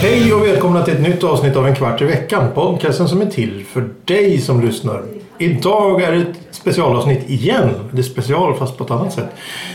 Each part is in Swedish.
Hej och välkomna till ett nytt avsnitt av En kvart i veckan. Podcasten som är till för dig som lyssnar. Idag är det ett specialavsnitt igen. Det är special fast på ett annat sätt.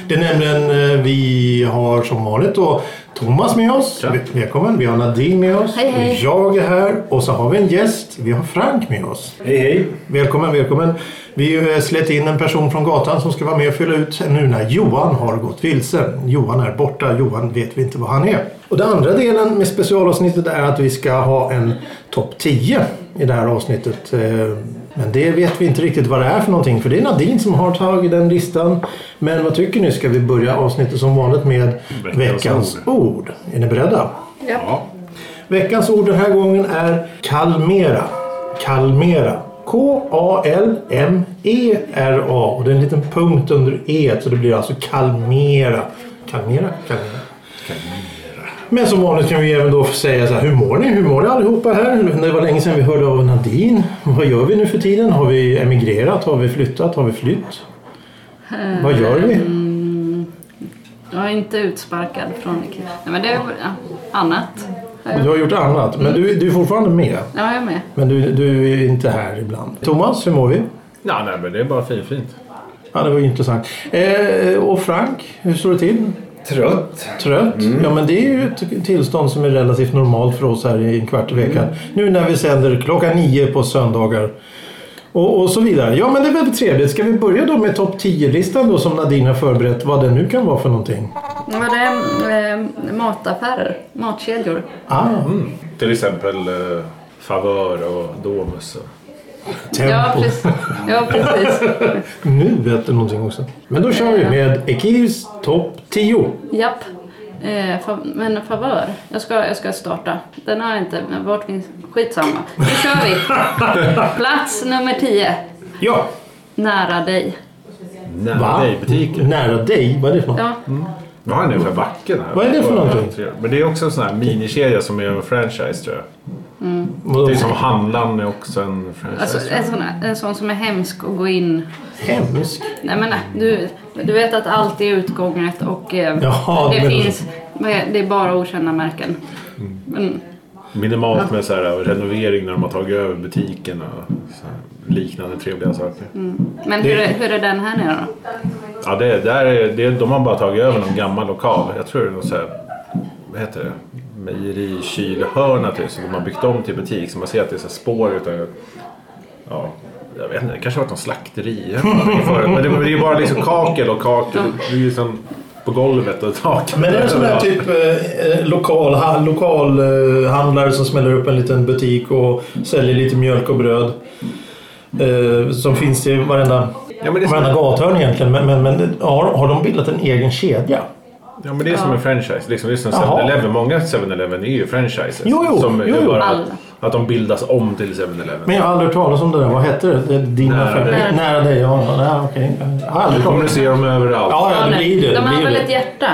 Det är nämligen eh, vi har som vanligt då Thomas med oss. Tja. Välkommen. Vi har Nadine med oss. Hej, hej. Och Jag är här. Och så har vi en gäst. Vi har Frank med oss. Hej hej! Välkommen, välkommen. Vi eh, slet in en person från gatan som ska vara med och fylla ut nu när Johan har gått vilse. Johan är borta, Johan vet vi inte var han är. Och den andra delen med specialavsnittet är att vi ska ha en topp 10 i det här avsnittet. Eh, Men det vet vi inte riktigt vad det är för någonting för det är Nadine som har tagit den listan. Men vad tycker ni? Ska vi börja avsnittet som vanligt med Veckans veckans ord? Är ni beredda? Ja. Veckans ord den här gången är kalmera. Kalmera. K-A-L-M-E-R-A. E Och det är en liten punkt under E så det blir alltså kalmera. Kalmera? Kalmera. Men som vanligt kan vi även då säga så här, hur mår ni? Hur mår ni allihopa här? Det var länge sedan vi hörde av Nadine. Vad gör vi nu för tiden? Har vi emigrerat? Har vi flyttat? Har vi flytt? Vad gör vi? Jag är inte utsparkad från... Nej men det är ja, annat. Du har gjort annat, men du, du är fortfarande med. Ja, jag är med. Men du, du är inte här ibland. Thomas, hur mår vi? Ja, nej men det är bara fin, fint. Ja, det var ju intressant. Eh, och Frank, hur står det till? Trött. Trött? Mm. Ja, men det är ju ett tillstånd som är relativt normalt för oss här i en kvart i veckan. Mm. Nu när vi sänder klockan nio på söndagar. Och, och så vidare. Ja, men det är väl trevligt. Ska vi börja då med topp 10-listan då som Nadine har förberett? Vad det nu kan vara för någonting. Var det eh, mataffärer? Matkedjor? Ah, Till exempel eh, Favör och Domus. och- Ja, tempo. precis. Ja, precis. nu vet du någonting också. Men då kör vi med Ekeus topp 10. Japp. Eh, fa- men favör. Jag ska, jag ska starta. Den har jag inte... men Vart finns... Skitsamma. Nu kör vi. Plats nummer 10. Ja, Nära dig. Nära va? dig butiken. Nära dig? Vad är det för något? Ja, Vad har ni för backen här? Vad är det för någonting? Men det är också en sån här minikedja som är en franchise tror jag. Det är som Handlarn är också en franchise. alltså, en, sån, en sån som är hemsk att gå in... Hemskt. Nej men nej, du, du vet att allt är utgånget och eh, Jaha, det men- Mm. finns, vad är- det är bara okända märken. Mm. Men, Minimalt med så här, renovering när de har tagit över butiken och så här, liknande trevliga saker. men hur, är, hur är den här nere då? Ja, det, där är, det, de har bara tagit över någon gammal lokal. Jag tror det är någon så här, vad heter det? Mejerikylhörna typ, som de har byggt om till butik. Så man ser att det är så här spår utav, ja, jag vet inte, det kanske har varit någon slakteri. eller någonting förut. Men det, det är ju bara liksom kakel och kakel. Det är ju som på golvet och taket. Men är det en sån där Ja. typ eh, eh, lokal, ha, lokal eh, handlare som smäller upp en liten butik och säljer lite mjölk och bröd? Eh, som finns i varenda, Ja, men det är som- varenda gathörn egentligen. Men, men, men har, har de bildat en egen kedja? Ja men det är som en franchise. Liksom, det är som Jaha. 7-Eleven. Många 7-Eleven är ju franchises. Jo, jo, som är jo, jo. Bara att, Alla. att de bildas om till 7-Eleven. Men jag har aldrig hört talas om det där. Vad hette det? det är din Nära affär. dig. Nära dig. Ja, ja, okej. Jag har Du aldrig kommer talat att se dem överallt. Ja, ja, det blir det. det De har blir väl det. Mm. ett hjärta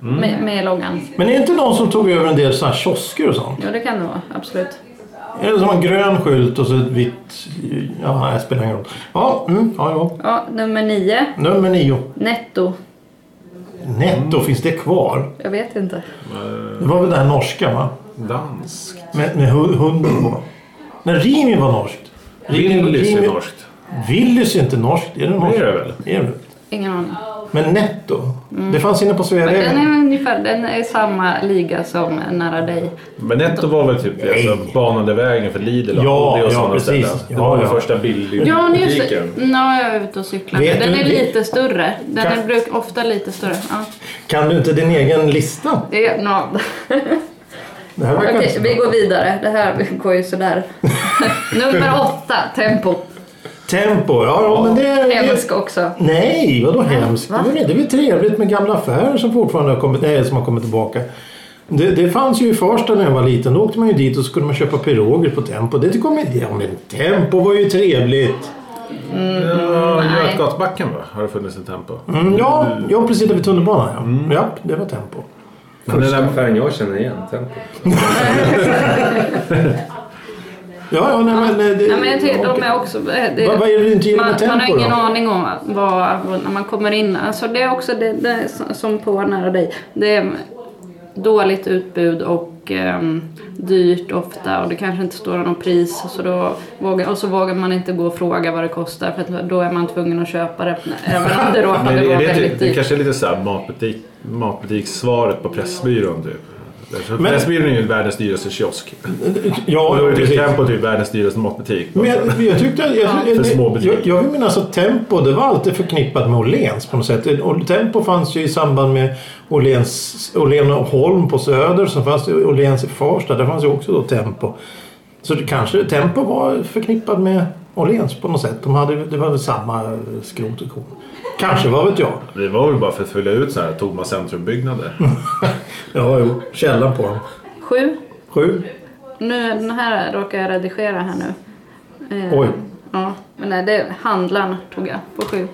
med, med loggan? Men är det inte någon som tog över en del såna här kiosker och sånt? Jo det kan det vara, absolut. Är det som en grön skylt och så ett vitt... Ja, det spelar ingen roll. Ja, mm, ja, ja. Ja, nummer nio, Nummer nio. netto. Netto, Mm. finns det kvar? Jag vet inte. Det var väl den här norska va? Dansk. Med, med hu- hunden på. Nej, Rimi var norskt. Rimi- Willys är Rimi- norskt. Willys är inte norskt. Är det norskt? Det är det väl? Det är det. Ingen aning. Men Netto. Det fanns inne på Mm. Den är Sveavägen. ungefär, den är i samma liga som Nära dig. Men Netto var väl typ det som banade vägen för Lidl och Ja, Aldi och ja, sådana precis. ställen. Det Ja, var ja. den första billigbutiken. Ja, nu just det. Nu är jag ute och cyklar. Vet Den du- är lite större. Den Kan- är bruk, ofta lite större. Ja, Kan du inte din egen lista? det är no. Det här verkar Okej, inte så vi bra. går vidare. Det här går ju sådär. Nummer åtta, tempo. Tempo. Ja, ja, men det är... Hemsk också. Nej, vadå hemskt? Ah, va? Det är väl trevligt med gamla affärer som fortfarande har kommit, nej, som har kommit tillbaka. Det, det fanns ju i Farsta när jag var liten. Då åkte man ju dit och så kunde man köpa piroger på Tempo. Det tycker man inte. Ja, men Tempo var ju trevligt. Ja, Mm. nej. Götgatbacken va? Har det funnits ett tempo? Mm. Mm, ja, ja, precis där vid tunnelbanan. Ja. ja, det var tempo. Men den Första där, affären jag känner igen, Tempo. Ja, ja, nej, men... eh, Det, Nej, men jag tycker de är också... eh, Det, Vad, vad är det du inte gillar man, med man har Tempo ingen då? aning om vad, vad, när man kommer in. Alltså det är också det, det är s- som på nära dig. Det är dåligt utbud och ehm, dyrt ofta och det kanske inte står någon pris. Och så, då vågar, och så vågar man inte gå och fråga vad det kostar för att då är man tvungen att köpa det. Även om det men råkade är vara det, det, väldigt det dyrt. kanske är lite så här matbutik, matbutikssvaret på Pressbyrån typ. Eftersom Men- Pressbyrån är ju världens dyraste kiosk. Och Ja, då är det precis. Tempo typ världens dyraste matbutik. Men jag, jag tyckte... Jag, jag, För små jag, butiker. jag vill minnas att Tempo, det var alltid förknippat med Åhléns på något sätt. Och Tempo fanns ju i samband med Åhléns Åhlén och Holm på Söder. Sen fanns det Åhléns i Farsta. Där fanns ju också då Tempo. Så det kanske Tempo var förknippat med Åhléns på något sätt. De hade, det var väl samma skrot och korn. Kanske, vad vet jag. Det var väl bara för att fylla ut så här tomma centrumbyggnader. Mm. Ja, jo. Källan på dem. Sju? Sju. Nu, den här råkar jag redigera här nu. Eh, Oj. Ja, men nej, det, handlaren tog jag på sju.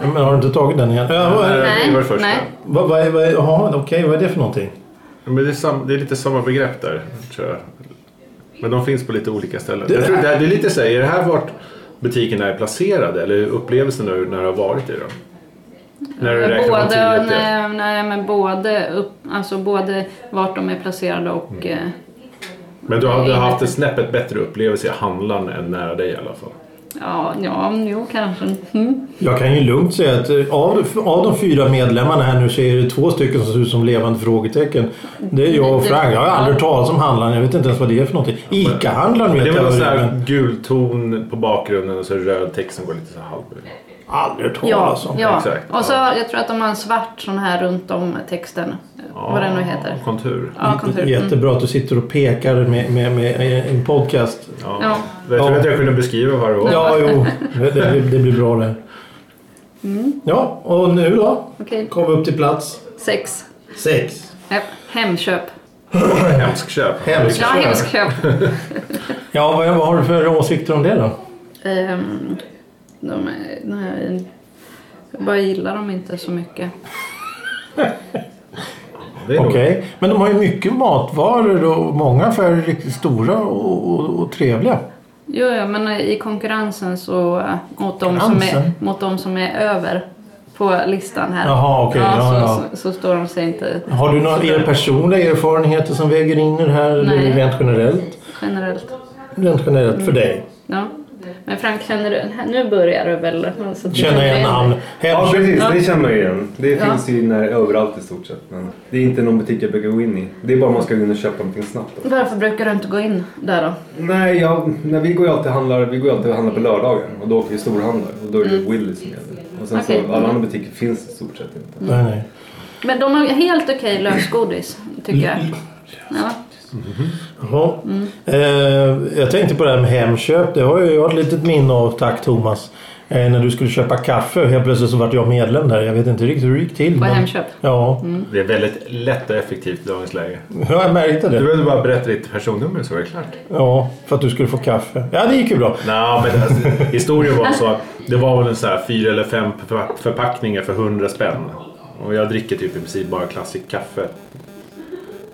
Ja, Men har du inte tagit den igen? Ja, vad, är- det var det första. nej. vad, vad, är- vad, är- jaha, okej, vad är det för någonting? Men det, är sam, det är lite samma begrepp där, tror jag. Men de finns på lite olika ställen. Det- jag tror det, det är lite så här, är det här vart butiken är placerad eller upplevelsen av när du har varit i den? När du räknar från 10 Både, till ett. nej, nej, men både, upp, alltså både vart de är placerade och... eh, Men du har, du har haft en snäppet bättre upplevelse i handlaren än nära dig i alla fall. Ja, ja jo kanske. Mm. Jag kan ju lugnt säga att eh, av, av de fyra medlemmarna här nu så är det två stycken som ser ut som levande frågetecken. Det är jag och Frank. Jag har aldrig talat om handlaren. Jag vet inte ens vad det är för någonting. ICA-handlaren Det vet är jag väl någon vad sån det är. här men gul ton på bakgrunden och så röd text som går lite så här halv. Aldrig Ja, talas om. ja. exakt. Och så jag tror att de har en svart sån här runt om texten. Vad den nu heter. Kontur. Ja, kontur. Mm. Jättebra att du sitter och pekar med, med, med en podcast. Ja. Mm. Ja. Jag tror att jag kunde beskriva vad det var. Ja, jo. Det, det, det blir bra det. Mm. Ja, och nu då? Okej, Kom vi upp till plats sex. sex. Ja, Hemköp. Hemskköp. Hemskt. Ja, hemsköp. Ja, vad, vad har du för åsikter om det då? Ehm, de är, nej, jag bara gillar dem inte så mycket. Det är nog- Okej, men de har ju mycket matvaror och många affärer är riktigt stora och, och, och trevliga. Jo, ja, men eh, i konkurrensen så eh, mot de, som Konkurrensen? är, mot de som är över på listan här. Jaha, okej, ja, så, ja. Så, så står de sig inte Har du några er personliga erfarenheter som väger in i det här Nej. eller rent generellt? generellt. Rent generellt för dig. Ja. Men Frank, känner du, nu börjar du väl? Alltså, Känna igen namn. Ja, Hemskt. precis. Det känner jag igen. Det finns ju när, överallt i stort sett. Men det är inte någon butik jag brukar gå in i. Det är bara om man ska gå in och köpa någonting snabbt. Då. Varför brukar du inte gå in där då? Nej, jag, nej, vi går ju alltid och handlar, vi går ju alltid och handlar på lördagar. Och då åker vi storhandlar. Och då är det Willys som gäller. Och sen Okej. så, alla andra butiker finns i stort sett inte. Nej, nej. Men de har helt okej lösgodis, tycker Mm. jag. Ja. Jaha. Mm. Eh, jag tänkte på det här med Hemköp. Det har ju jag ett litet minne av, tack Thomas. Eh, när du skulle köpa kaffe helt plötsligt så vart jag medlem där. Jag vet inte riktigt hur det gick till. På Hemköp? Mm. Ja, Det är väldigt lätt och effektivt i dagens läge. jag märkte Du det. behövde bara berätta ditt personnummer så var det klart. Ja, för att du skulle få kaffe. Ja, det gick ju bra. Nej, men alltså, historien var så att det var väl en så här fyra eller fem förpa- förpackningar för 100 spänn. Och jag dricker typ i princip bara klassiskt kaffe.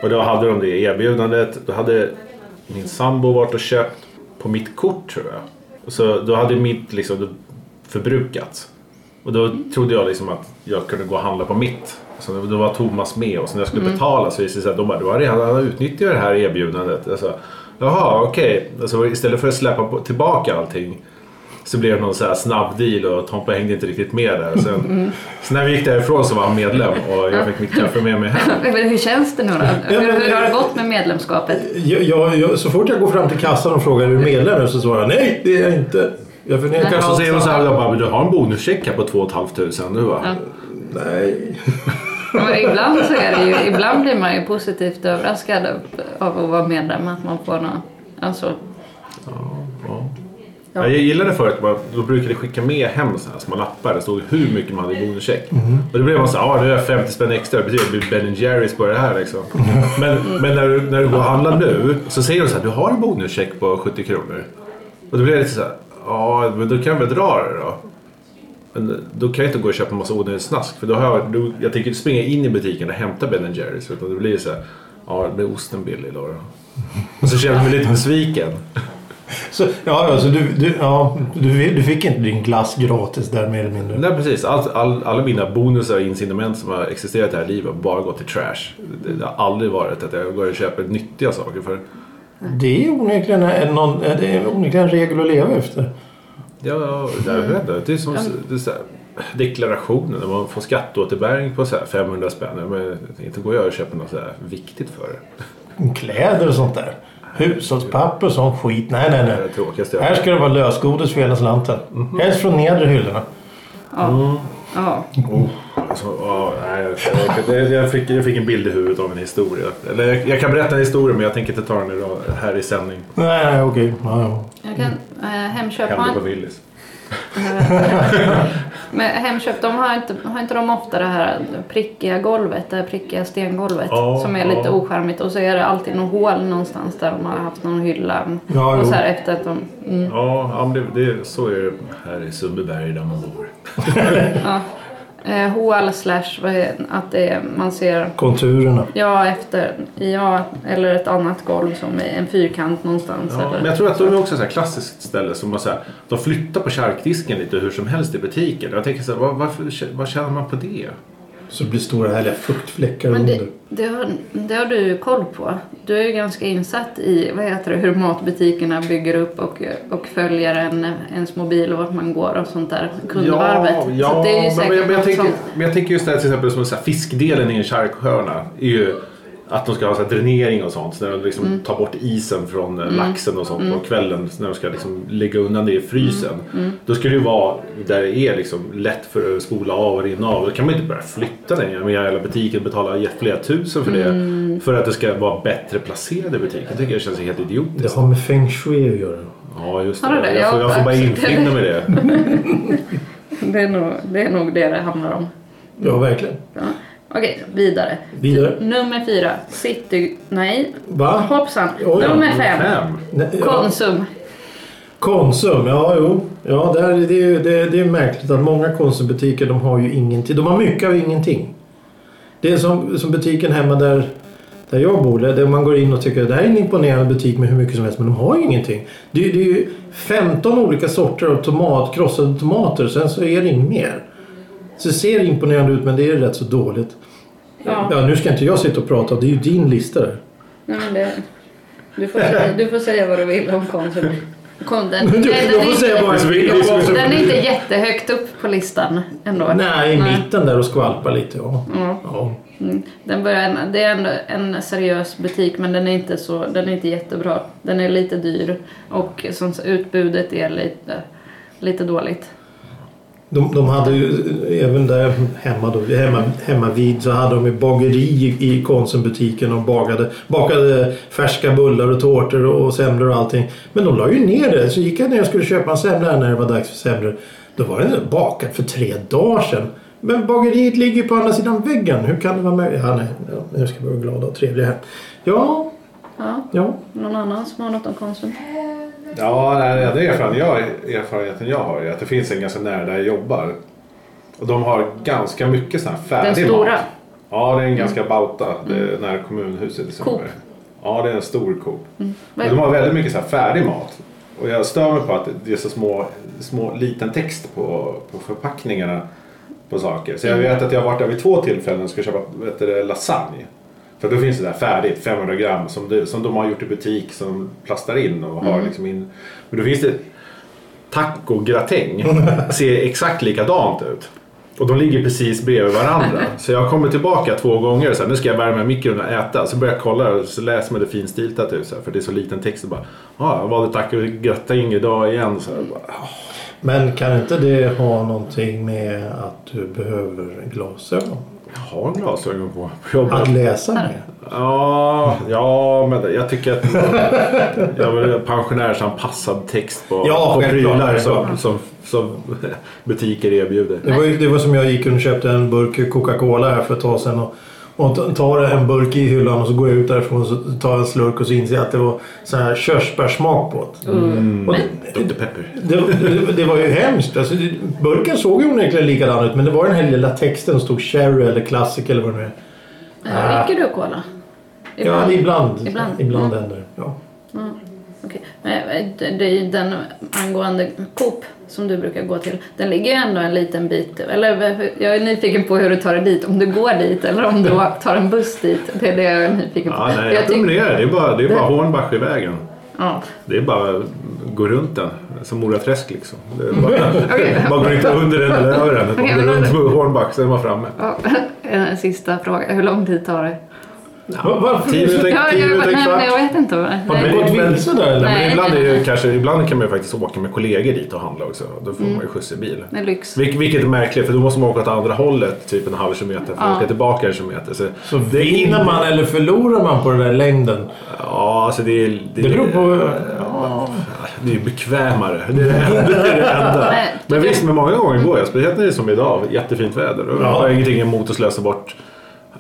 Och då hade de det erbjudandet. Då hade min sambo varit och köpt på mitt kort tror jag. Och så då hade mitt liksom då förbrukats. Och då trodde jag liksom att jag kunde gå och handla på mitt. Så då var Thomas med och så när jag skulle betala så visade det sig att de bara, du har redan utnyttjat det här erbjudandet. Jag sa, Jaha, okej. Alltså, istället för att släppa på, tillbaka allting så blev det någon så här snabb deal och Tompa hängde inte riktigt med där. Sen, Så när vi gick därifrån så var han medlem och jag fick mitt kaffe med mig hem. Men Hur känns det nu då? Hur, hur har det gått med medlemskapet? Jag, jag, jag, så fort jag går fram till kassan och frågar är du medlem nu?" så svarar jag nej, det är jag inte. Jag förnekar Och så allt. säger hon så här, jag bara, "Men du har en bonuscheck här på 2 500. Du bara, Nej. Men ibland, så är det ju, ibland blir man ju positivt överraskad av, av att vara medlem. Att man får någon, alltså, Ja. Jag gillade förut, man- då brukade jag skicka med hem så här små lappar. Det stod hur mycket man hade i bonuscheck. Och då blev man så här, ah, nu har jag 50 spänn extra. Det betyder att det blir Ben Jerrys på det här liksom. Men, men när, du, när du går och handlar nu så säger de så här, du har en bonuscheck på 70 kronor. Och då blev jag lite så här, ja men då kan jag väl dra det då. Men då kan jag inte gå och köpa en massa onödigt snask. För då har jag, då, jag tänker inte springa in i butiken och hämta Ben Jerrys. Utan det blir så här, ja det blir osten billig idag då. Och så känner jag mig lite besviken. Så, ja, alltså du, du, ja, du, du fick inte din glass gratis där mer eller mindre. Nej precis, all, all, alla mina bonusar och incitament som har existerat i det här livet har bara gått till trash. Det, det har aldrig varit att jag går och köper nyttiga saker. För Det är onekligen en, någon, det är onekligen en regel att leva efter. Ja, jag vet inte. Det är som det är så här, deklarationen när man får skatteåterbäring på så här 500 spänn. Ja, Men inte går jag och köper något så här viktigt för det. Kläder och sånt där. Hushållspapper och sån skit. Nej, nej, Det är det nej. tråkigaste jag Här ska det vara lösgodis för hela slanten. Helst från nedre hyllorna. Ja. Oh, alltså, ja, nej, jag, orkar- det- jag, fick, jag fick en bild i huvudet av en historia. Eller jag, jag kan berätta en historia men jag tänker inte ta den idag, här i sändning. Nej, nej, okej. Ja, ja. Jag kan, eh, hemköp har Hämnd på inte, Willys. men hemköp de har, inte, har inte de ofta det här prickiga golvet, det här prickiga stengolvet Ja, som är ja. lite ocharmigt och så är det alltid något hål någonstans där de har haft någon hylla. Ja, och jo. så här efter att de, mm, Ja, ja men det, det, så är det här i Sundbyberg där man bor. eh, hål slash vad är- att det är, man ser Konturerna. Ja, efter. Ja, eller ett annat golv som är en fyrkant någonstans. Ja, eller. men jag tror att de är också ett klassiskt ställe som man så här, de flyttar på charkdisken lite hur som helst i butiken. Jag tänker så här, vad, varför, vad tjänar man på det? Så det blir stora härliga fuktfläckar Men det, under. det, har, det har du ju koll på. Du är ju ganska insatt i vad heter det, hur matbutikerna bygger upp och, och följer en, ens mobil och vart man går och sånt där. Kundvarvet. Ja, ja så det är ju men, säkert men, jag, men, jag något tänker, sånt. men jag tänker just det här till exempel som så här, fiskdelen i en charkhörna. Är ju att de ska ha så här, dränering och sånt. Så när de Mm. liksom tar bort isen från eh, laxen och sånt på kvällen. så När de ska liksom, lägga undan det i frysen. Mm. Då ska det ju vara där det är liksom, lätt för att spola av och rinna av. Då kan man ju inte börja flytta den. Jag menar hela butiken betalar flera tusen för det. Mm. För att det ska vara bättre placerad i butiken. Det tycker jag känns helt idiotiskt. Det har med feng shui att göra. Ja, just Har du det. det? Jag, får, Ja, jag får bara absolut. infinna mig i det. Det, är nog, det är nog det det handlar om. Ja, verkligen. Ja. Okej, vidare. Vidare. Nummer fyra. City... Nej. Ah, Va? Hoppsan. Oj, Nummer fem. Fem. Nej, ja. Konsum. Konsum, ja jo. Ja, där, är det, är ju, det, det är märkligt att många Konsumbutiker de har ju ingenting. De har mycket av ingenting. Det är som, som butiken hemma där, där jag bor. Där där man går in och tycker att det här är en imponerande butik med hur mycket som helst. Men de har ju ingenting. Det, det är ju 15 olika sorter av tomat, krossade tomater. Sen så är det inget mer. Så det ser imponerande ut men det är rätt så dåligt. Ja. Ja, nu ska inte jag sitta och prata. Det är ju din lista där. Nej, men det, du, får säga, du får säga vad du vill om Konsum. Kon, den, Du, den, jag den, är får säga inte, vad jag vill. den är inte jättehögt upp på listan ändå. Nej, i mitten där och skvalpa lite. Ja. Ja. Ja. Mm. Den börjar, det är ändå en seriös butik men den är, inte så, den är inte jättebra. Den är lite dyr och som, utbudet är lite, lite dåligt. De, de hade ju även där hemma, då, hemma, hemma vid så hade de ju bageri i Konsumbutiken och bagade, bakade färska bullar och tårtor och, och semlor och allting. Men de la ju ner det. Så gick jag ner och skulle köpa en semla här när det var dags för semlor. Då var den bakad för tre dagar sedan. Men bageriet ligger ju på andra sidan väggen. Hur kan det vara möjligt? Ja, nej, ja, nu ska vi vara glada och trevliga här. Ja, Ja, ja. någon annan som har något om Konsum? Ja, nej, den erfarenheten jag, erfarenheten jag har är att det finns en ganska nära där jag jobbar. Och de har ganska mycket sån här Den färdig stora. Mm. Mat. Ja, det är en ganska bauta. Det är nära kommunhuset i Sundbyberg. Coop. Ja, det är en stor Coop. Men de har väldigt mycket så här färdig mat. Och jag stör mig på att det är så små, små liten text på, på förpackningarna på saker. Så jag vet att jag har varit där vid två tillfällen och ska köpa vet du, det, lasagne. För då finns det där färdigt, 500 gram, som, du, som de har gjort i butik som de plastar in och har liksom in. Men då finns det tacogratäng. Ser exakt likadant ut. Och de ligger precis bredvid varandra. Så jag kommer tillbaka två gånger och så här, nu ska jag värma mikron och äta. Så börjar jag kolla och så läser man det finstiltat ut så här, för det är så liten text. Och bara, ah, jag valde tacogratäng idag igen. Så här, bara, "Ah." Men kan inte det ha någonting med att du behöver glasögon? jag har glasögon på, på jobbet. Att läsa med? Ja, ja, men jag tycker att jag vill ha pensionärsanpassad text på, Ja, på självklart. prylar som, som, som butiker erbjuder. Det var, ju, det var som jag gick och köpte en burk Coca-Cola här för ett tag sedan. Och, och tar en burk i hyllan och så går jag ut därifrån och så tar jag en slurk och så inser jag att det var så här körsbärssmak på det. Mm. Och det, Dr Pepper. det, det, det var ju hemskt. Alltså, det, burken såg ju onekligen likadan ut men det var den här lilla texten som stod Cherry eller Classic eller vad det nu är. Äh, dricker du cola? Ja, ibland. Ibland. ibland Mm. händer det. Ja. Okej. Men, eh, Det är ju den angående Coop som du brukar gå till. Den ligger ju ändå en liten bit. Eller eh, jag är nyfiken på hur du tar dig dit. Om du går dit eller om du tar en buss dit. Det är det jag är nyfiken på. Ja, För nej, jag tyck- promenerar. Det är bara, det är bara Hornbach i vägen. ja. Det är bara att gå runt den. Som Moraträsk liksom. Det är bara, man går inte under den eller över den. Okej, Man går men- runt på Hornbach så är man framme. Ja, En sista fråga. Hur lång tid tar det? Va- Varför? Tio minuter, Ja, tio jag, minuter, nej, men jag kvart. vet inte. vad- Har du Nej. gått men- vilse där eller? Nej. Men ibland, är det ju, kanske, ibland kan man ju faktiskt åka med kollegor dit och handla också. Då får Mm. man ju skjuts i bil. Det är lyx. Vil- vilket är märkligt för då måste man åka åt andra hållet typ en halv kilometer för att åka tillbaka en kilometer. Så, Så vinner man eller förlorar man på den där längden? Ja, alltså det är... Det beror på... Det är ju bekvämare. Det är det enda. Det är det enda. Nej. Men visst, men många gånger går jag. Speciellt när det är som idag. Jättefint väder. Då har jag ingenting emot att slösa bort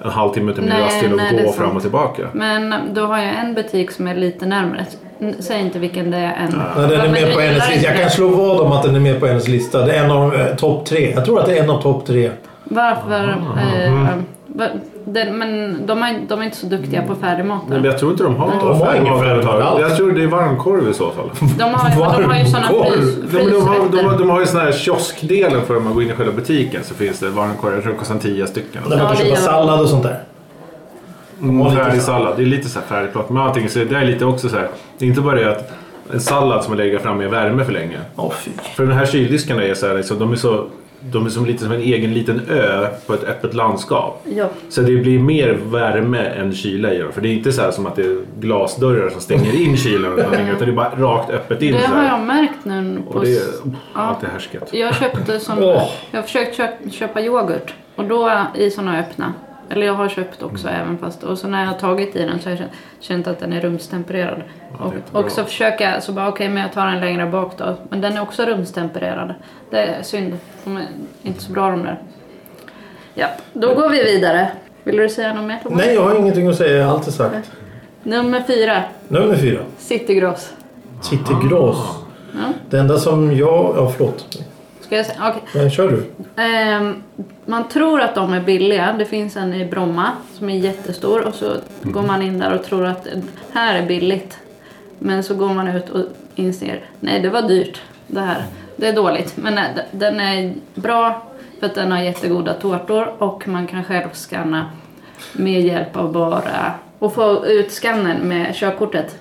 en halvtimme till min Nej, rast till nej, det att är gå sant. fram och tillbaka. Men då har jag en butik som är lite närmare. N- Säg inte vilken det är än. Nej, den är Men med på jag hennes gillar lista. Jag inte kan det. slå vad om att den är med på hennes lista. Det är en av eh, topp tre. Jag tror att det är en av topp tre. Varför? Eh, Mm. va- den, men de är, de är inte så duktiga på färdigmat. Men där. jag tror inte de har något De har ingen färdigmat färdigmat överhuvudtaget. alls. Jag tror det är varmkorv i så fall. De har, ju- de har ju sådana Korv? frys, De, de, har, de, har, frysrätter. de har ju sån här kioskdelen för när man går in i själva butiken så finns det varmkorv. Jag tror det kostar 10 stycken. Där man Ja, kan det köpa gör- sallad och sånt där. Mm, färdig sallad. Det är lite så här färdigplockat. Men allting så det är lite också så här. Det är inte bara det att en sallad som man lägger fram i värme för länge. Åh fy. För den här kyldiskarna är så här, liksom, de är så de är som lite som en egen liten ö på ett öppet landskap. Ja. Så det blir mer värme än kyla i dem. För det är inte så här som att det är glasdörrar som stänger in kylan. eller någonting, Utan det är bara rakt öppet in. Det så har här. jag märkt nu. På, Och det är, s- allt är härsket. Jag köpte sån, Åh. Jag har försökt köp, köpa yoghurt och då i såna öppna. Eller jag har köpt också Mm. även fast. Och så när jag har tagit i den så har jag känt, känt att den är rumstempererad. det är och, jättebra. och så försöker jag, så bara okej men jag tar den längre bak då. Men den är också rumstempererad. Det är synd. De är inte så bra de där. Ja, då går vi vidare. Vill du säga något mer Thomas? Nej, jag har ingenting att säga. Allt är sagt. Nummer fyra, Nummer fyra. citygross. Citygross. Ja. Det enda som jag... Ja, förlåt. Ska jag säga? Okej. Men kör du. Ehm, man tror att de är billiga. Det finns en i Bromma som är jättestor och så går man in där och tror att eh, här är billigt. Men så går man ut och inser nej det var dyrt det här. Det är dåligt. Men nej, d- den är bra för att den har jättegoda tårtor och man kan själv scanna med hjälp av bara och få ut skannen med körkortet.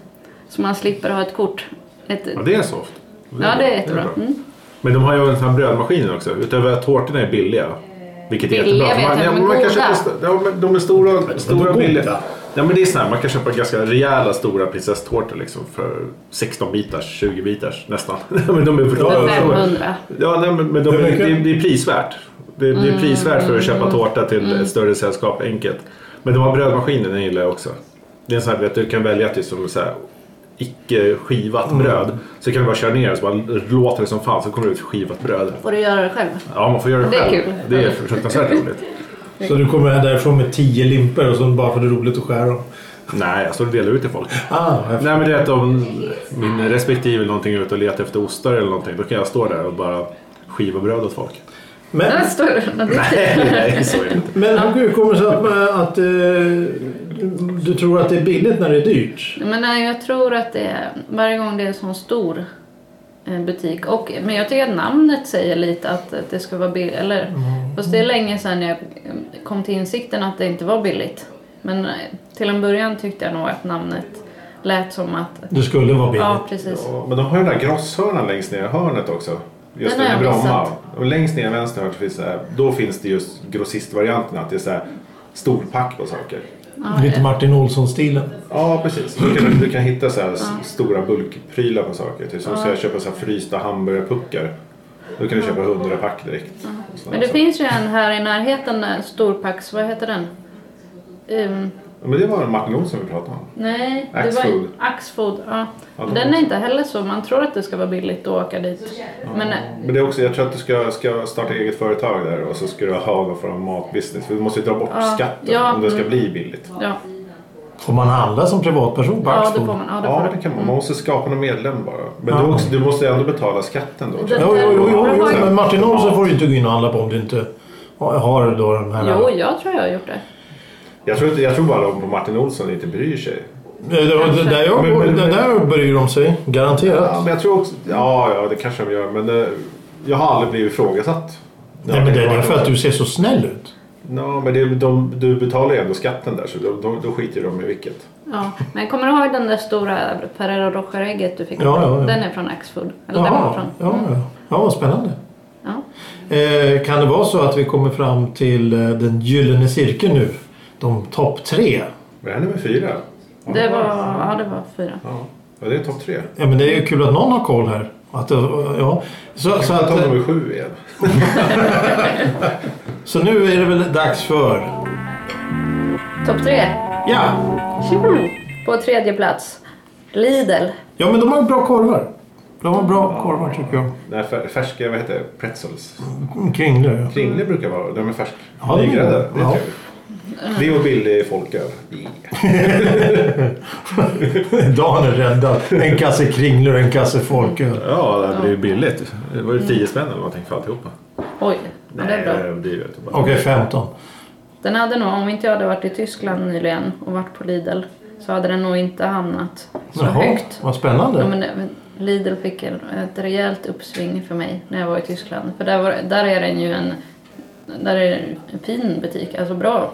Så man slipper ha ett kort. Ett, Ja, det är soft. ja det är jättebra. bra. Mm. Men de har ju en sån här brödmaskin också. Utöver att tårtorna är billiga. Vilket är Billiga jättebra. vet jag, men goda. köpa st- ja, men de är stora, stora goda. billiga. Ja, men det är sån här, man kan köpa ganska rejäla stora prinsesstårtor liksom, för 16 bitars, 20 bitars nästan. men de är bra. För stora. 500. Ja, nej, men, men de är, Hur det, mycket? är, det är prisvärt. Det, det Mm. är prisvärt för att köpa tårta till ett större sällskap enkelt. Men de har brödmaskinen, den gillar jag också. Det är en sån här att du kan välja till som så här, icke skivat bröd. Så kan du bara köra ner det så bara låter det som fan så kommer det ut skivat bröd. Får du göra det själv? Ja, man får göra det Det är själv. kul. Det är fruktansvärt roligt. Så du kommer därifrån med tio limper och så bara för det är roligt att skära dem. Nej, jag står och delar ut till folk. Ah, jag- Nej, men det är att om min respektive någonting är ute och letar efter ostar eller någonting, då kan jag stå där och bara skiva bröd åt folk. men, Där står det. Det är Nej, nej, så är det inte. men hur kommer det sig att, eh, att eh, du- du tror att det är billigt när det är dyrt? Men nej, jag tror att det är varje gång det är en sån stor eh, butik. Och, men jag tycker att namnet säger lite att att det ska vara billigt. Eller, Fast det är länge sedan jag eh, kom till insikten att det inte var billigt. Men eh, till en början tyckte jag nog att namnet lät som att... Det skulle vara billigt. Ja, precis. Ja, men de har ju den där grosshörnan längst ner i hörnet också. Just Den den har i jag Bromma. missat. Och längst ner i vänster hörnet finns det, här- då finns det just grossistvarianten. Att det är så här storpack på saker. Lite Martin Olsson-stilen. Ja, precis. Du kan, du kan hitta så här s- stora bulkprylar på saker. Typ som ska jag köpa så här frysta hamburgarpuckar. Då kan du köpa hundra pack direkt. Men det finns ju en här i närheten, eh, storpacks... Vad heter den? Um, Men det var Martin Olsson vi pratade om. Nej, det var Axfood. Axfood. Ja. Ja, de Den också. är inte heller så. Man tror att det ska vara billigt att åka dit. Men eh, Men det är också, jag tror att du ska, ska starta eget företag där och så ska du ha höga för en matbusiness. För du måste ju dra bort Ja, skatten ja, om det ska mm. bli billigt. ja, Får man handla som privatperson på ja det Axfood? får man. Ja, det får Mm. Ja, man. det kan man. Man måste skapa någon medlem bara. Men Ja. du, också, du måste ändå betala skatten då. tror jag. Jo, jo, jo, jo, Du jo. har ju- men Martin Olsson får du inte gå in och handla på om du inte har- har då den här... Jo, jag tror jag har gjort det. Jag tror, inte- jag tror bara de på Martin Olsson inte bryr sig. Eh, det var- det där, jag, Men- men- det där bryr de sig garanterat. Ja, men jag tror också, ja, ja, det kanske de gör. Men eh, jag har aldrig blivit ifrågasatt. Nej, men det är för att du ser så snäll ut. Ja, men det, de, du betalar ju ändå skatten där så då, då, då skiter de i vilket. Ja. Men kommer du ihåg den där stora Ferrero Rocher-ägget du fick? Ja, ja, ja. Den är från Axfood. Eller den var Jaha, från. ja, ja. ja, vad spännande. Ja. Eh, kan det vara så att vi kommer fram till eh, den gyllene cirkeln nu? De topp tre. Men det här är nummer fyra. Ja. Det var, ja, det var fyra. Ja, ja det är topp tre. Ja, men det är ju kul att någon har koll här. Att, eh, ja. så, så, Så att att, nummer sju igen. så nu är det väl dags för... Topp tre. Ja! Tjoho! På tredje plats. Lidl. Ja, men de har ju bra korvar. De har bra korvar tycker jag. Nej, fär, färska, vad heter det? Pretzels. Kringlor, ja. Kringlor brukar vara, de är färska. Ja, de är Nygräddade, det bra. är Ja. trevligt. Det och billig folköl. Dan är räddad. En kasse kringlor, en kasse folköl. Ja, det här blir ju billigt. Det var ju 10 spänn eller någonting för alltihopa. Oj, Mm. ja, det är bra. blir Okej, 15. Den hade nog, om inte jag hade varit i Tyskland nyligen och varit på Lidl så hade den nog inte hamnat så Jaha, högt. vad Ja, spännande. men eh, Lidl fick en- ett rejält uppsving för mig när jag var i Tyskland. För där, var, där är den ju en, där är det en fin butik, alltså bra.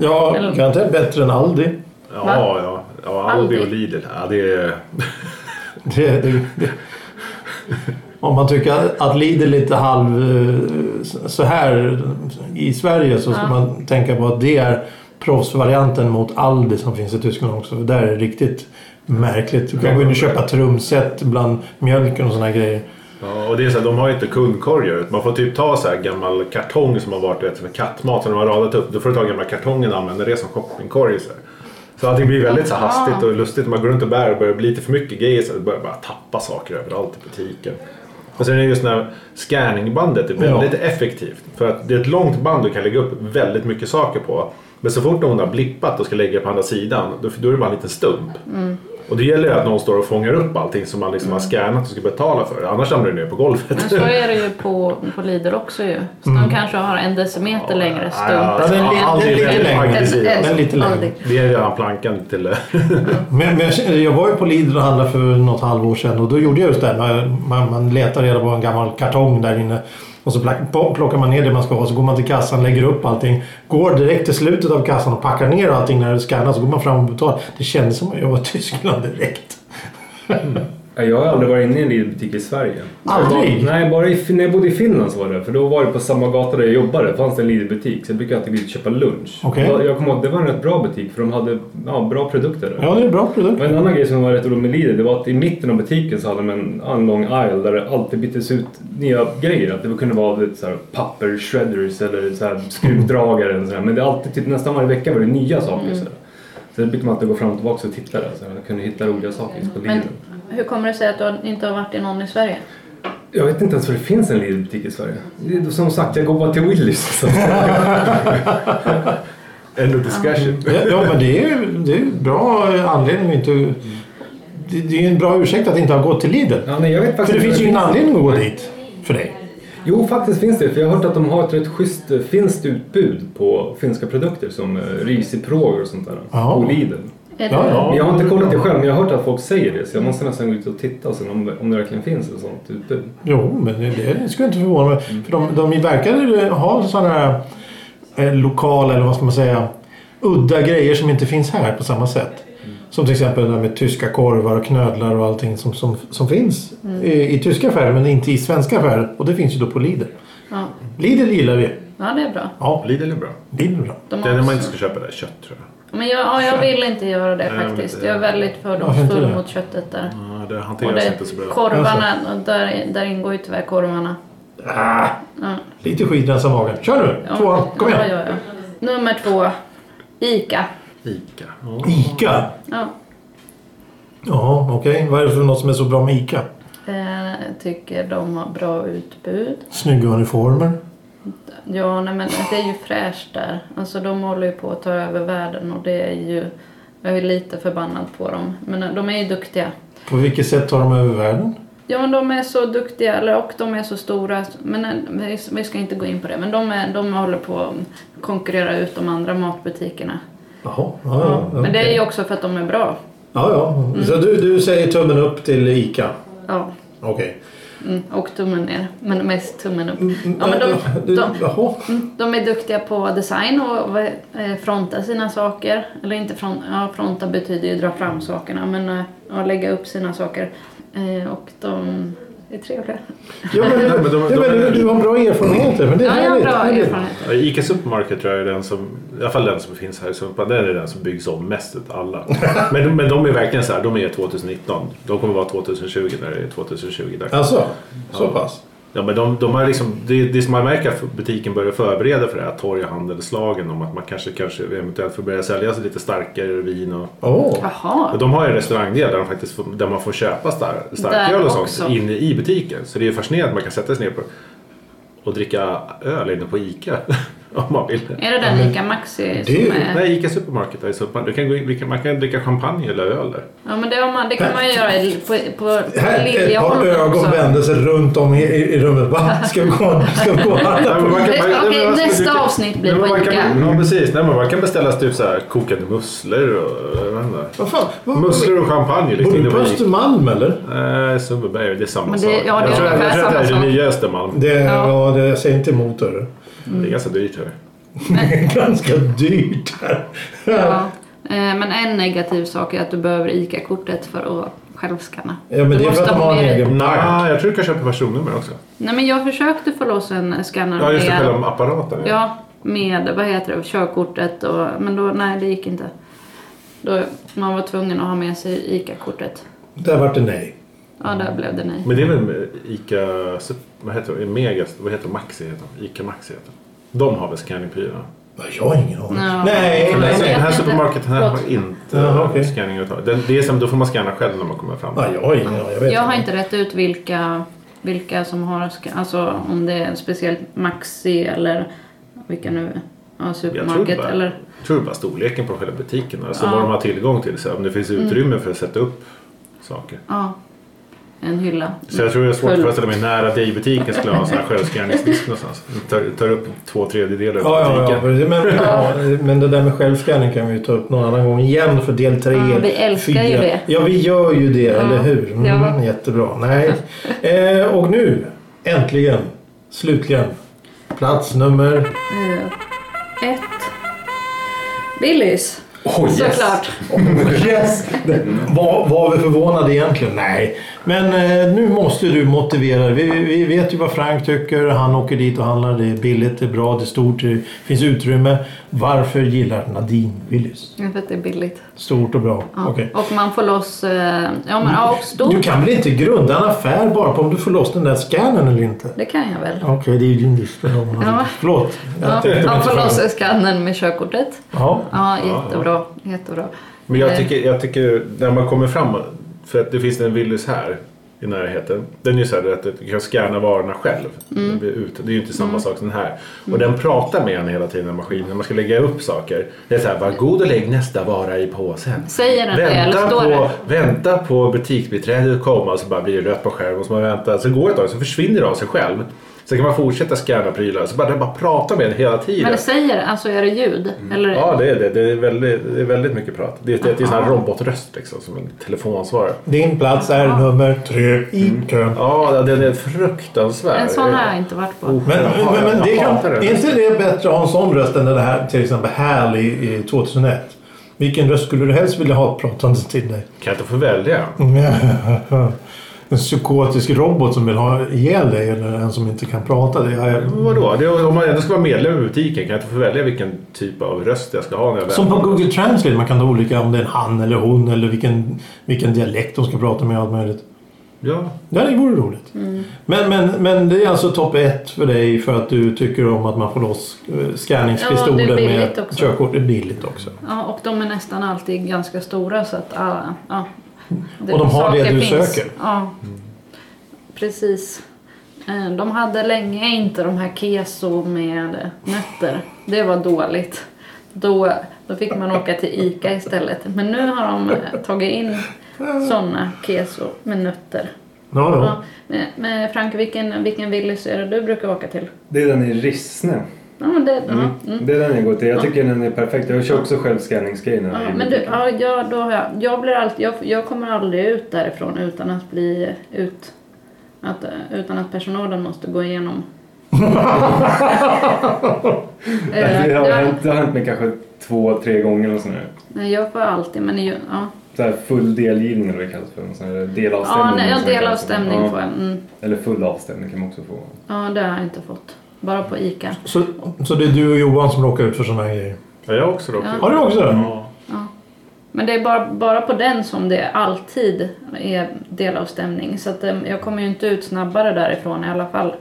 Ja, garanterat bättre än Aldi. Va? Ja, ja. ja Aldi och Lidl. Ja, det är... Det, det, det. Om man tycker att Lidl är lite halv eh, så här i Sverige så ska Ja. man tänka på att det är proffsvarianten mot Aldi som finns i Tyskland också. För där är det riktigt märkligt. Du kan gå in och köpa trumset bland mjölken och såna här grejer. Ja, och det är så här, de har ju inte kundkorgar. utan Man får typ ta så här gammal kartong som har varit vet, med kattmat som de har radat upp. Då får du ta gamla kartongen och använda det som shoppingkorg. Så, här. så allting blir väldigt så här, hastigt och lustigt. Man går runt och bär och börjar bli lite för mycket grejer. Så här, det börjar bara tappa saker överallt i butiken. Och sen är just det här scanningbandet är väldigt effektivt. För att det är ett långt band du kan lägga upp väldigt mycket saker på. Men så fort någon har blippat och ska lägga det på andra sidan då, då är det bara en liten stump. Och det gäller ju att någon står och fångar upp allting som man liksom har scannat och ska betala för. Annars hamnar det ner på golvet. Men så är det ju på, på Lidl också ju. Så de kanske har en decimeter längre stump. Mm. Ja, den är- ja, den är Aldi är lite väldigt längre. aggressiv. den är lite längre. Aldi. Det är redan plankan till... eh, Men, men jag- jag var ju på Lidl och handlade för något halvår sedan och då gjorde jag just det. här. Man, man, man letar reda på en gammal kartong där inne. Och så plack- po- plockar man ner det man ska ha. Så går man till kassan, lägger upp allting. Går direkt till slutet av kassan och packar ner allting när det skannas. Så går man fram och betalar. Det kändes som att jag var i Tyskland direkt. Ja, Jag har aldrig varit inne i en Lidl-butik i Sverige. Aldrig? Bara, nej, bara i, när jag bodde i Finland så var det. För då var det på samma gata där jag jobbade. fanns det en Lidl-butik. Så jag brukade alltid gå dit och köpa lunch. Okej. Jag, jag kommer ihåg, det var en rätt bra butik för de hade ja, bra produkter där. Ja, det är bra produkt. Men en annan grej som var rätt rolig med Lidl, det var att i mitten av butiken så hade de en, en lång aisle där det alltid byttes ut nya grejer. Att det kunde vara lite så här, papper shredders eller så här, skruvdragare eller så här. Men det är alltid, typ, nästan varje vecka var det nya saker. Så, här. så det brukar man alltid gå fram och tillbaka och titta där. Så här. Jag kunde hitta roliga saker på Lidl. Men hur kommer det sig att du inte har varit i någon i Sverige? Jag vet inte ens var det finns en Lidl-butik i Sverige. Det är- Som sagt, jag går bara till Willys. Så. End of discussion. Ja, ja, men det är ju det är ju bra anledning att inte... Det, det är ju en bra ursäkt att inte ha gått till Lidl. Ja, nej, jag vet För faktiskt det inte finns ju var ingen anledning att gå dit för dig. Jo, faktiskt finns det. För jag har hört att de har ett rätt schysst eh, finskt utbud på finska produkter som eh, risiproger och sånt där. Ja. Och Lidl. Är Ja, det- ja. Men jag har inte kollat det själv, men jag har hört att folk säger det. Så jag måste nästan gå ut och titta och se om, om det verkligen finns typ ett sånt utbud. Jo, men det, det skulle inte förvåna mig. För de, de verkar ha sådana här eh, lokala, eller vad ska man säga, udda grejer som inte finns här på samma sätt. Som till exempel det där med tyska korvar och knödlar och allting som, som, som finns i, i tyska affärer men inte i svenska affärer. Och det finns ju då på Lidl. Ja. Lidl gillar vi. ja, det är bra. Ja, Lidl är bra. Lidl är bra. De Det har enda man också- inte ska köpa det är kött tror jag. Men jag, ja, jag vill inte göra det Nej, men faktiskt. det- Jag är väldigt Varför fördomsfull inte det? mot köttet där. Ja, Mm, det Och hanteras det, inte så bra. korvarna, och där, där ingår ju tyvärr korvarna. Ah, Ja. lite skit rensar magen. Kör nu! Tvåan, kom igen! Ja, ja, ja. Nummer två. Ica. Ica. Ica? Ja. Ja, okej. Vad är det för något som är så bra med Ica? Eh, Jag tycker de har bra utbud. Snygga uniformer. Ja, nej, men det är ju fräscht där. Alltså de håller ju på att ta över världen och det är ju... Jag är lite förbannad på dem. Men eh, de är ju duktiga. På vilket sätt tar de över världen? Ja, men de är så duktiga eller, och de är så stora. Men eh, vi- vi ska inte gå in på det. Men de, är, de håller på att konkurrera ut de andra matbutikerna. Jaha, ja, ja. Men det Ah, är okej. ju Mm. också för att de är bra. Ja, ja. Så du, du säger tummen upp till Ica? Ja, Okej. mm, och tummen ner. Men mest tummen Mm, upp. Ja, men de, Du- de, Jaha. Mm, De är duktiga på design och eh, fronta sina saker. Eller inte front, ja, fronta betyder ju dra fram sakerna men eh, ja, lägga upp sina saker. Eh, Och de är trevliga. Ja, men, men de- ja, de men är- du har bra erfarenheter. Men det är Ja, jag har härligt, bra härligt. erfarenheter. Ja, Ica Supermarket tror jag är den som, i alla fall den som finns här i Sundbyberg, den är den som byggs om mest utav alla. Men, men de är verkligen så här, de är 2019. De kommer vara 2020 när det är 2020 dags. Alltså, så pass? Ja, men de, de har liksom, det, det som man märker att butiken börjar förbereda för det här torg och handelslagen om att man kanske, kanske eventuellt får börja sälja sig lite starkare vin och Åh. och Jaha. de har ju en restaurangdel där, de faktiskt får, där man får köpa star, Där starköl och sånt också. inne i butiken. Så det är ju fascinerande att man kan sätta sig ner på och dricka öl inne på Ica om man vill. Är det den Ica Maxi det är ju- som eh, är... Nej, Ica Supermarket där i Sundbyberg. Du kan gå in- vi kan- Man kan dricka champagne eller öl där. Ja men det, har man, det kan man ju göra i- på, på, på Här, ett par Liljeholmen ögon också. vände sig runt om i, i, i rummet. Va? Ska vi gå Ska vi gå och handla Nej, men på? man kan- Det- man- okej, nej, men alltså, nästa du kan- avsnitt blir nej, men på man kan- Ica. Ja, precis. Nej, men man kan beställa typ så här, kokade musslor och jag vet inte. Vad fan? Vad- Musslor och champagne liksom, Bor inne du på på Ica. Östermalm eller? Nej, Sundbyberg, det är samma Men det- sak. ja, det är jag, tror, jag ungefär tror att det här är samma det sak. nya Östermalm. Det, ja. Ja. det, jag säger inte emot det. Mm. Det är ganska dyrt. Här. Det är ganska dyrt här. Ja. Eh, Men en negativ sak är att du behöver Ica-kortet för att självskanna. Ja, men Du det är för måste att de ha har en med dig- egen park. Nej, Ah, jag tror du kan köpa personnummer också. Nej men jag försökte få loss en skanner Ja, just det. med- Själva apparaten. ja. Ja, med vad heter det, körkortet och, men då, nej det gick inte. Då, man var tvungen att ha med sig ICA-kortet. Där vart det nej. Ja, där blev det nej. Men det är väl med Ica... Vad heter det? Megas? Vad heter det? Maxi heter de. Ica Maxi heter de. De har väl scanningprylarna? Ja, Jag har ingen aning. Ja. Nej, Jag Nej, nej, vet den nej. här inte. supermarketen här har Förlåt. inte Jaha, ja, okej. scanning överhuvudtaget. Den- Det är som, då får man scanna själv när man kommer fram. Ja, jag har ingen aning. Jag vet Jag har inte rätt ut vilka, vilka som har, ska- alltså om det är speciellt Maxi eller vilka nu, ja, Jag tror supermarket bara, eller. tror bara storleken på själva butiken. Alltså Ja. Mm. vad de har tillgång till. Så här, om det finns utrymme för att sätta upp saker. Ja, en hylla. Så jag tror det är svårt att Full. föreställa mig nära dig i butiken skulle ha en sån här självskanningsdisk någonstans. Tar, tar upp två tredjedelar av Ja, ja, ja. butiken. precis. Men, ja, men det där med självskanning kan vi ju ta upp någon annan gång igen för del tre. Ja, vi älskar ju fyra. det. Ja, vi gör ju det, eller hur? Mm, ja. Jättebra. Nej. Eh, och nu, äntligen, slutligen, plats nummer... Eh, Ett. Billys. Oj, Såklart. yes! Det- Var, var vi förvånade egentligen? Nej. Men eh, nu måste du motivera dig. Vi, vi vet ju vad Frank tycker. Han åker dit och handlar. Det är billigt, det är bra, det är stort, det finns utrymme. Varför gillar Nadine Willys? Jag vet att det är billigt. Stort och bra. Ja. Okej. Och man får loss, eh, ja men ja, och stort. Du kan väl inte grunda en affär bara på om du får loss den där scannern eller inte? Det kan jag väl. Okej, det är ju din lista. då. Ja. Förlåt. Ja, Jag tyckte ja, inte får för- loss skannen med körkortet. Ja. Ja, Ja, jättebra. jättebra. Men jag Eh, tycker, jag tycker när man kommer fram, för att det finns en Willys här i närheten. Den är ju så här att du kan scanna varorna själv. Den blir ut. Det är ju inte samma sak som den här. Och den pratar med en hela tiden, maskinen, när man ska lägga upp saker. Det är så här, var god och lägg nästa vara i påsen. Säger den det eller Vänta står på, det? vänta på butiksbiträdet komma och så bara blir det rött på skärmen och så man väntar. Så går det ett tag så försvinner det av sig själv. Sen kan man fortsätta scanna prylar. Så bara, den bara pratar med en hela tiden. Men det säger alltså är det ljud? Eller? Mm. Ja, det är det. Det är väldigt, det är väldigt mycket prat. Det är, det är en sån här robotröst liksom, som en telefonsvarare. Din plats är nummer tre i kön. Ja, den är fruktansvärd. Oh, En sån har jag inte varit på. Men, Jag men, men det jag kan, hatar är inte det bättre att ha en sån röst än den här till exempel här i, i 2001? Vilken röst skulle du helst vilja ha pratande till dig? Kan jag inte få välja? En psykotisk robot som vill ha ihjäl dig eller en som inte kan prata. Det är, Vadå? Det, är- om man ändå ska vara medlem i butiken kan jag inte få välja vilken typ av röst jag ska ha när jag Som på väljer? Google Translate, man kan ha olika om det är en han eller hon eller vilken, vilken dialekt de ska prata med och allt möjligt. Ja. Ja, det vore roligt. Mm. Men, men, men det är alltså topp ett för dig för att du tycker om att man får loss eh, scanningspistoler Ja, det är billigt med också. körkort. Det är billigt också. Ja, och de är nästan alltid ganska stora så att alla... Ja, det- Och de har det saker du söker. Ja, precis. Eh, De hade länge inte de här keso med nötter. Det var dåligt. Då, då fick man åka till ICA istället. Men nu har de eh, tagit in sådana keso med nötter. Ja, ja. Ja, men- men Frank, vilken, vilken Willys är det du brukar åka till? Det är den i Rissne. Ja, men det, ja, mm. Det är den jag går till. Jag tycker den är perfekt. Jag kör också självscanningsgrejen. här Ja, i men du, butiken. ja, ja, då har jag, jag, blir alltid, jag, jag kommer aldrig ut därifrån utan att bli ut... Att, eh, utan att personalen måste gå igenom. Eh, Det har, jag, hänt, det har hänt mig kanske två, tre gånger. Och sån här. nej, jag får alltid, men ju- ja. Så här full delgivning eller vad det kallas för. en Sån här delavstämning. Ja, nej, eller jag sån här delavstämning kallas. får jag. Mm. Eller full avstämning kan man också få. Ja, det har jag inte fått. Bara på ICA. Så, så det är du och Johan som råkar ut för sådana här grejer? Ja, jag har också råkat ut Har du också? Ja. Men det är bara, bara på den som det alltid är delavstämning. Så att, eh, jag kommer ju inte ut snabbare därifrån i alla fall.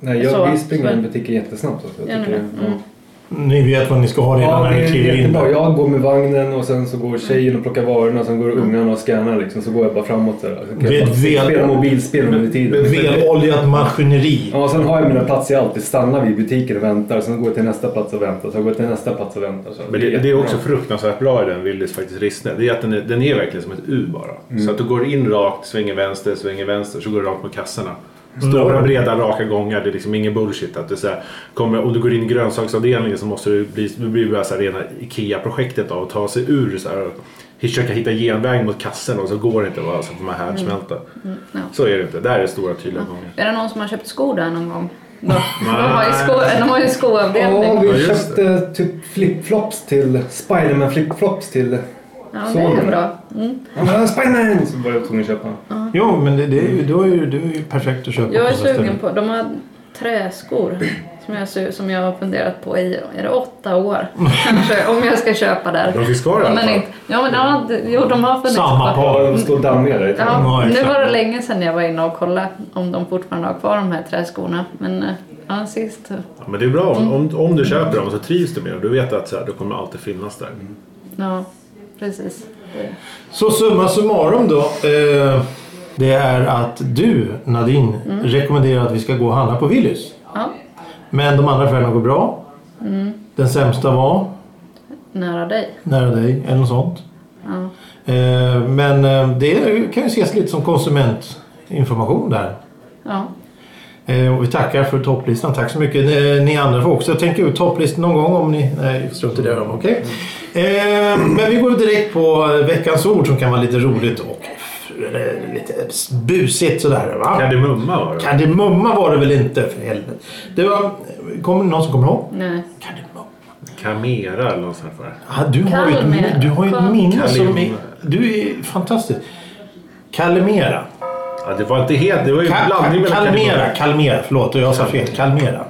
Nej, jag, Så, vi springer så- in i butiken jättesnabbt. Också. Gör Jag ni tycker, det? ja. Mm. Ni vet vad ni ska ha redan Ja, när det ni är kliver in jättebra. där. Jag går med vagnen och sen så går tjejen och plockar varorna och sen går ungarna och scannar liksom. Så går jag bara framåt så här. Så kan Det är jag bara ett vel- spela mobilspel under tiden. Väloljat maskineri. Ja, och sen har jag mina platser jag alltid stannar vid i butiken och väntar. Sen går jag till nästa plats och väntar. Sen går jag till nästa plats och väntar. Så Men det, det är jättebra. också fruktansvärt bra i den Willys faktiskt Rissne. Det är att den är, den är verkligen som ett U bara. Så att du går in rakt, svänger vänster, svänger vänster, så går du rakt mot kassorna. Stora Mm. breda raka gångar, det är liksom ingen bullshit. Att du så här, kommer, om du går in i grönsaksavdelningen så måste du bli, du blir bara så här rena IKEA-projektet av att ta sig ur så här, och försöka hitta genväg mot kassen och så går det inte bara så får man härdsmälta. ja. Så är det inte, där är det stora tydliga gånger. Är det någon som har köpt skor där någon gång? De har ju, sko, de har ju skoavdelning. Ja, Ja, vi just köpte typ flipflops till Spiderman flipflops till Ja, det är bra. Mm. Ja, men Spiderman! Så var jag tvungen att köpa. Jo, men det, det är ju, då är ju, det är ju perfekt att köpa Jag är på sådana sugen ställen. på, de har träskor som jag, su- som jag har funderat på i, är det åtta år kanske, om jag ska köpa där. De finns kvar i alla Men fall. inte, ja, men, ja, det- jo, de har funnits Samma kvar. par. Ja, de står dammiga där. Ja. Ja, Ja, nu exakt. var det länge sedan jag var inne och kollade om de fortfarande har kvar de här träskorna. Men eh, ja, sist. Ja, men det är bra om, om, om du köper dem så trivs du med dem. Du vet att så här, du kommer alltid finnas där. Ja, precis. Så summa summarum då. Eh, det är att du, Nadine, Mm. rekommenderar att vi ska gå och handla på Willys. Ja, Men de andra affärerna går bra. Mm. Den sämsta var nära dig. nära dig eller något sånt. Ja. Eh, men eh, det är- kan ju ses lite som konsumentinformation där. Ja. Eh, och vi tackar för topplistan. Tack så mycket. Eh, ni andra får också tänka ut topplistan någon gång om ni... Nej, strunt i det. då, Okej. Eh, men vi går direkt på eh, veckans ord som kan vara lite roligt och eh, lite busigt sådär. Va? Kardemumma var det. Kardemumma var det väl inte för helvete. Det var... Kommer någon som kommer ihåg? Nej. Kardemumma. Kamera eller något sånt där. Ja, du, har ju ett, Kalmera. min- du har ju ett minne som är, Kalimera. Du är fantastisk. Kalmera. Ja, det var inte helt... Det var ju en Ka- blandning ka- mellan kalmera. Kalmera. Förlåt, jag sa fel. Kalmera.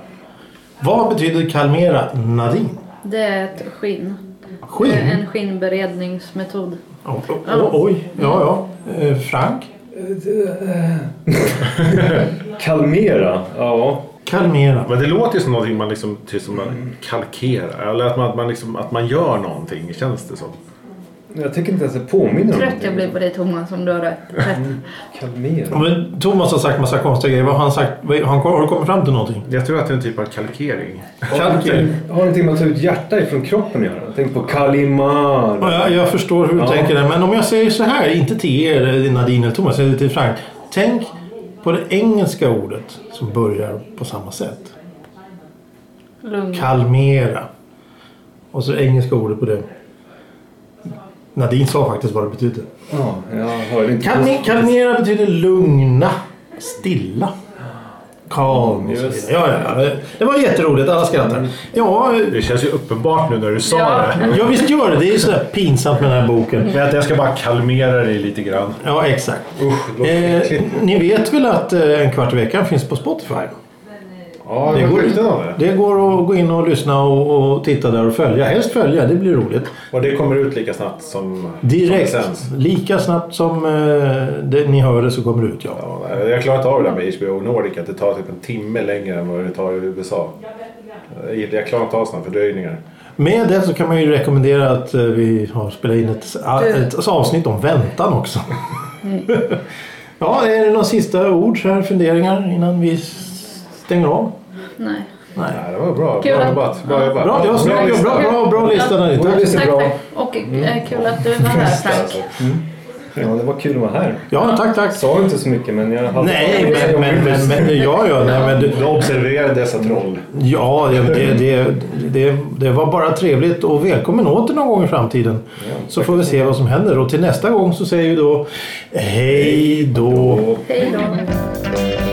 Vad betyder kalmera, Nadine? Det är ett skinn. Skinn? Eh, En skinnberedningsmetod. Oh, oj, ja, ja. Eh, Frank? Kalmera. Ja. Kalmera. Men det låter ju som någonting man liksom... Typ som Mm. man kalkerar. Eller att man, att man, liksom, att man gör någonting, känns det som. Jag tycker inte ens det påminner om Trött jag någonting. blir på dig Thomas om du har rätt. rätt. Ja, Kalmera. Men Thomas har sagt massa konstiga grejer. Vad har han sagt? Vad- Har, han, har du kommit fram till någonting? Jag tror att det är en typ av kalkering. Har någonting- Har någonting med att ta ut hjärta ifrån kroppen att göra? Tänk på Kalimar. Ja, jag, jag förstår hur du Ja. tänker där. Men om jag säger så här, inte till er eh, Nadine eller Thomas, utan till Frank. Tänk på det engelska ordet som börjar på samma sätt. Lugn. Kalmera. Och så engelska ordet på det. Nadine sa faktiskt vad det betyder. Ja, jag hörde inte. Kalme- Kalmera betyder lugna, stilla. Calm och så vidare. Just. Ja, ja, ja. Det var jätteroligt. Alla skrattar. Ja, eh, Det känns ju uppenbart nu när du sa Ja. det. ja visst gör det. Det är ju sådär pinsamt med den här boken. Vänta, jag ska bara kalmera dig lite grann. Ja, exakt. Usch, det låter Eh, äckligt. ni vet väl att eh, En kvart i veckan finns på Spotify? Ja, Det det går var rykten inte. om det. Det går att gå in och lyssna och, och titta där och följa. Helst följa, det blir roligt. Och det kommer ut lika snabbt som Direkt. som det sänds. Lika snabbt som eh, det, ni hör det så kommer det ut, ja. Ja, nej, jag klarar inte av det där med HBO Nordic, att det tar typ en timme längre än vad det tar i USA. Jag gillar- Jag klarar inte av sådana fördröjningar. Med det så kan man ju rekommendera att eh, vi har spelat in ett, ett avsnitt om väntan också. ja, är det några sista ord, så här, funderingar innan vi stänger av? Nej. Nej. Nej, det var bra. Kul Bra att- jobbat. Bra jobbat. Bra, det var snyggt. lista. Bra, bra, bra lista där. Bra Tack. lista, Tack bra. för, och eh, kul att du var här Frank. Alltså. Ja, det var kul att vara här. Ja, tack, tack. Jag sa inte så mycket men jag hade... Nej, men, men, men, men ja, ja, nej, men du, Du observerade dessa troll. ja det, det, det, det, det var bara trevligt och välkommen åter någon gång i framtiden. Så får vi se vad som händer och till nästa gång så säger vi då hej då. Hej då.